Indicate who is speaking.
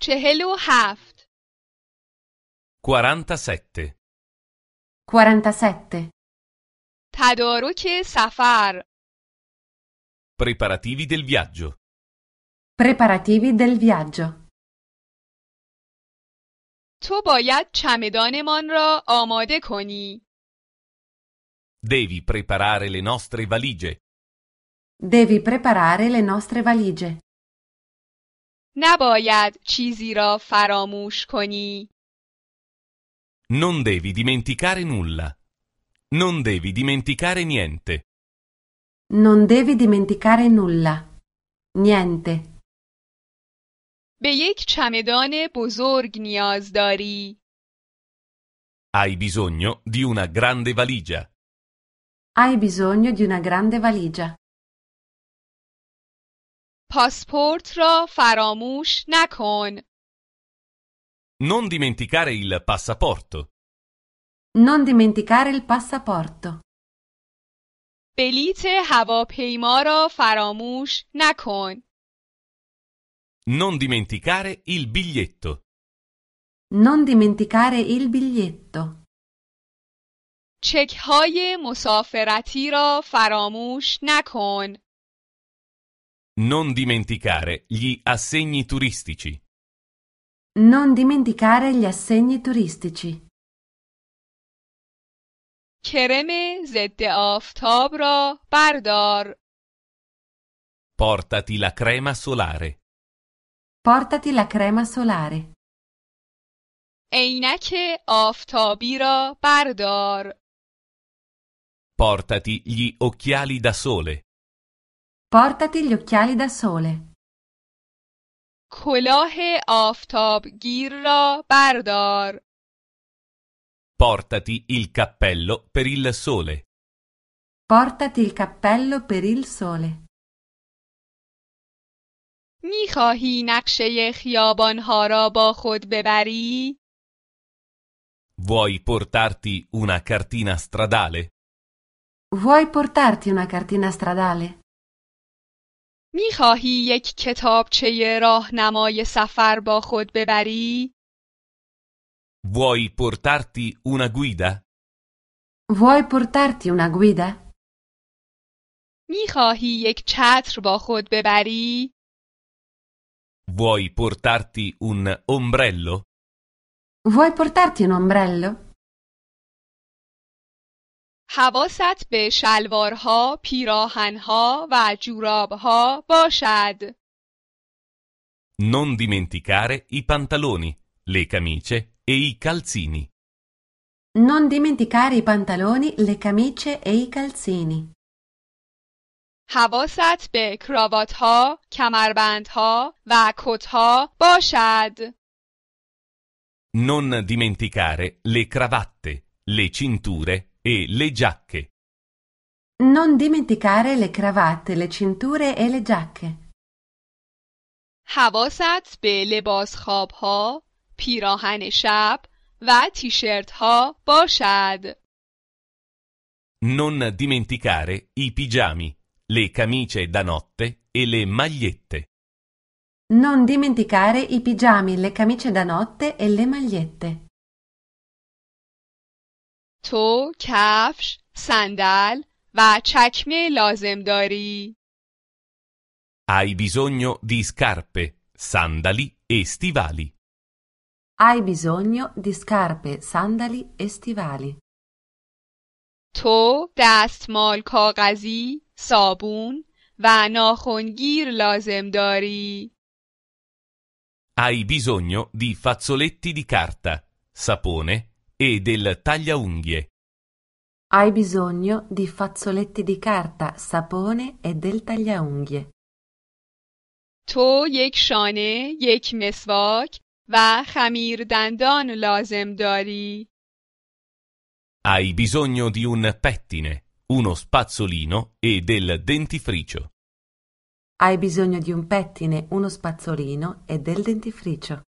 Speaker 1: چهل و هفت
Speaker 2: 47.
Speaker 3: 47.
Speaker 1: تدارک سفر
Speaker 2: Preparativi del viaggio.
Speaker 3: Preparativi del viaggio.
Speaker 1: تو باید چمدانمان را آماده کنی
Speaker 2: Devi preparare le nostre valigie.
Speaker 3: Devi preparare le nostre valigie.
Speaker 1: نباید چیزی را فراموش کنی
Speaker 2: Non devi dimenticare nulla. Non devi dimenticare niente.
Speaker 3: Non devi dimenticare nulla. Niente.
Speaker 1: به یک چمدان بزرگ نیاز داری
Speaker 2: Hai bisogno di una grande valigia.
Speaker 3: Hai bisogno di una grande valigia.
Speaker 1: پاسپورت را فراموش نکن
Speaker 2: Non dimenticare il passaporto.
Speaker 3: Non dimenticare il passaporto.
Speaker 1: بلیت هواپیما را فراموش نکن
Speaker 2: Non dimenticare il biglietto.
Speaker 3: Non dimenticare il biglietto.
Speaker 1: چک های مسافرتی را فراموش نکن
Speaker 2: Non dimenticare gli assegni turistici.
Speaker 3: Non dimenticare gli assegni turistici.
Speaker 1: کرم ضد آفتاب را بردار
Speaker 2: Portati la crema solare.
Speaker 3: Portati la crema solare.
Speaker 1: عینک آفتابی را بردار
Speaker 2: Portati gli occhiali da sole.
Speaker 3: Portati gli occhiali da sole.
Speaker 1: کلاه آفتابگیر را بردار
Speaker 2: Portati il cappello per il sole.
Speaker 3: Portati il cappello per il sole.
Speaker 1: میخواهی نقشه خیابانها را با خود ببری؟
Speaker 2: Vuoi portarti una cartina stradale?
Speaker 3: Vuoi portarti una cartina stradale?
Speaker 1: میخواهی یک کتابچه راهنمای سفر با خود ببری؟
Speaker 2: Vuoi portarti una guida?
Speaker 3: Vuoi portarti una guida?
Speaker 1: میخواهی یک چتر با خود ببری؟
Speaker 2: Vuoi portarti un ombrello?
Speaker 3: Vuoi portarti un ombrello?
Speaker 1: حواست به شلوارها، پیراهنها و جورابها باشد.
Speaker 2: Non dimenticare i pantaloni, le camicie e i calzini.
Speaker 3: Non dimenticare i pantaloni, le camicie e i calzini.
Speaker 1: حواست به کراواتها، کمربندها و کتها باشد.
Speaker 2: Non dimenticare le cravatte, le cinture e le giacche.
Speaker 3: Non dimenticare le cravatte, le cinture e le giacche.
Speaker 1: حواست به لباس خوابها، پیراهن شب و تیشرت ها باشد.
Speaker 2: Non dimenticare i pigiami, le camicie da notte e le magliette.
Speaker 3: Non dimenticare i pigiami, le camicie da notte e le magliette.
Speaker 1: تو کفش، صندل و چکمه لازم داری.
Speaker 2: Hai bisogno di scarpe, sandali e stivali.
Speaker 3: Hai bisogno di scarpe, sandali e stivali.
Speaker 1: تو دستمال کاغذی، صابون و ناخونگیر لازم داری.
Speaker 2: Hai bisogno di fazzoletti di carta, sapone e del tagliaunghie.
Speaker 3: Hai bisogno di fazzoletti di carta, sapone e del tagliaunghie.
Speaker 1: تو یک شانه، یک مسواک و خمیر دندان لازم داری.
Speaker 2: Hai bisogno di un pettine, uno spazzolino e del dentifricio.
Speaker 3: Hai bisogno di un pettine, uno spazzolino e del dentifricio.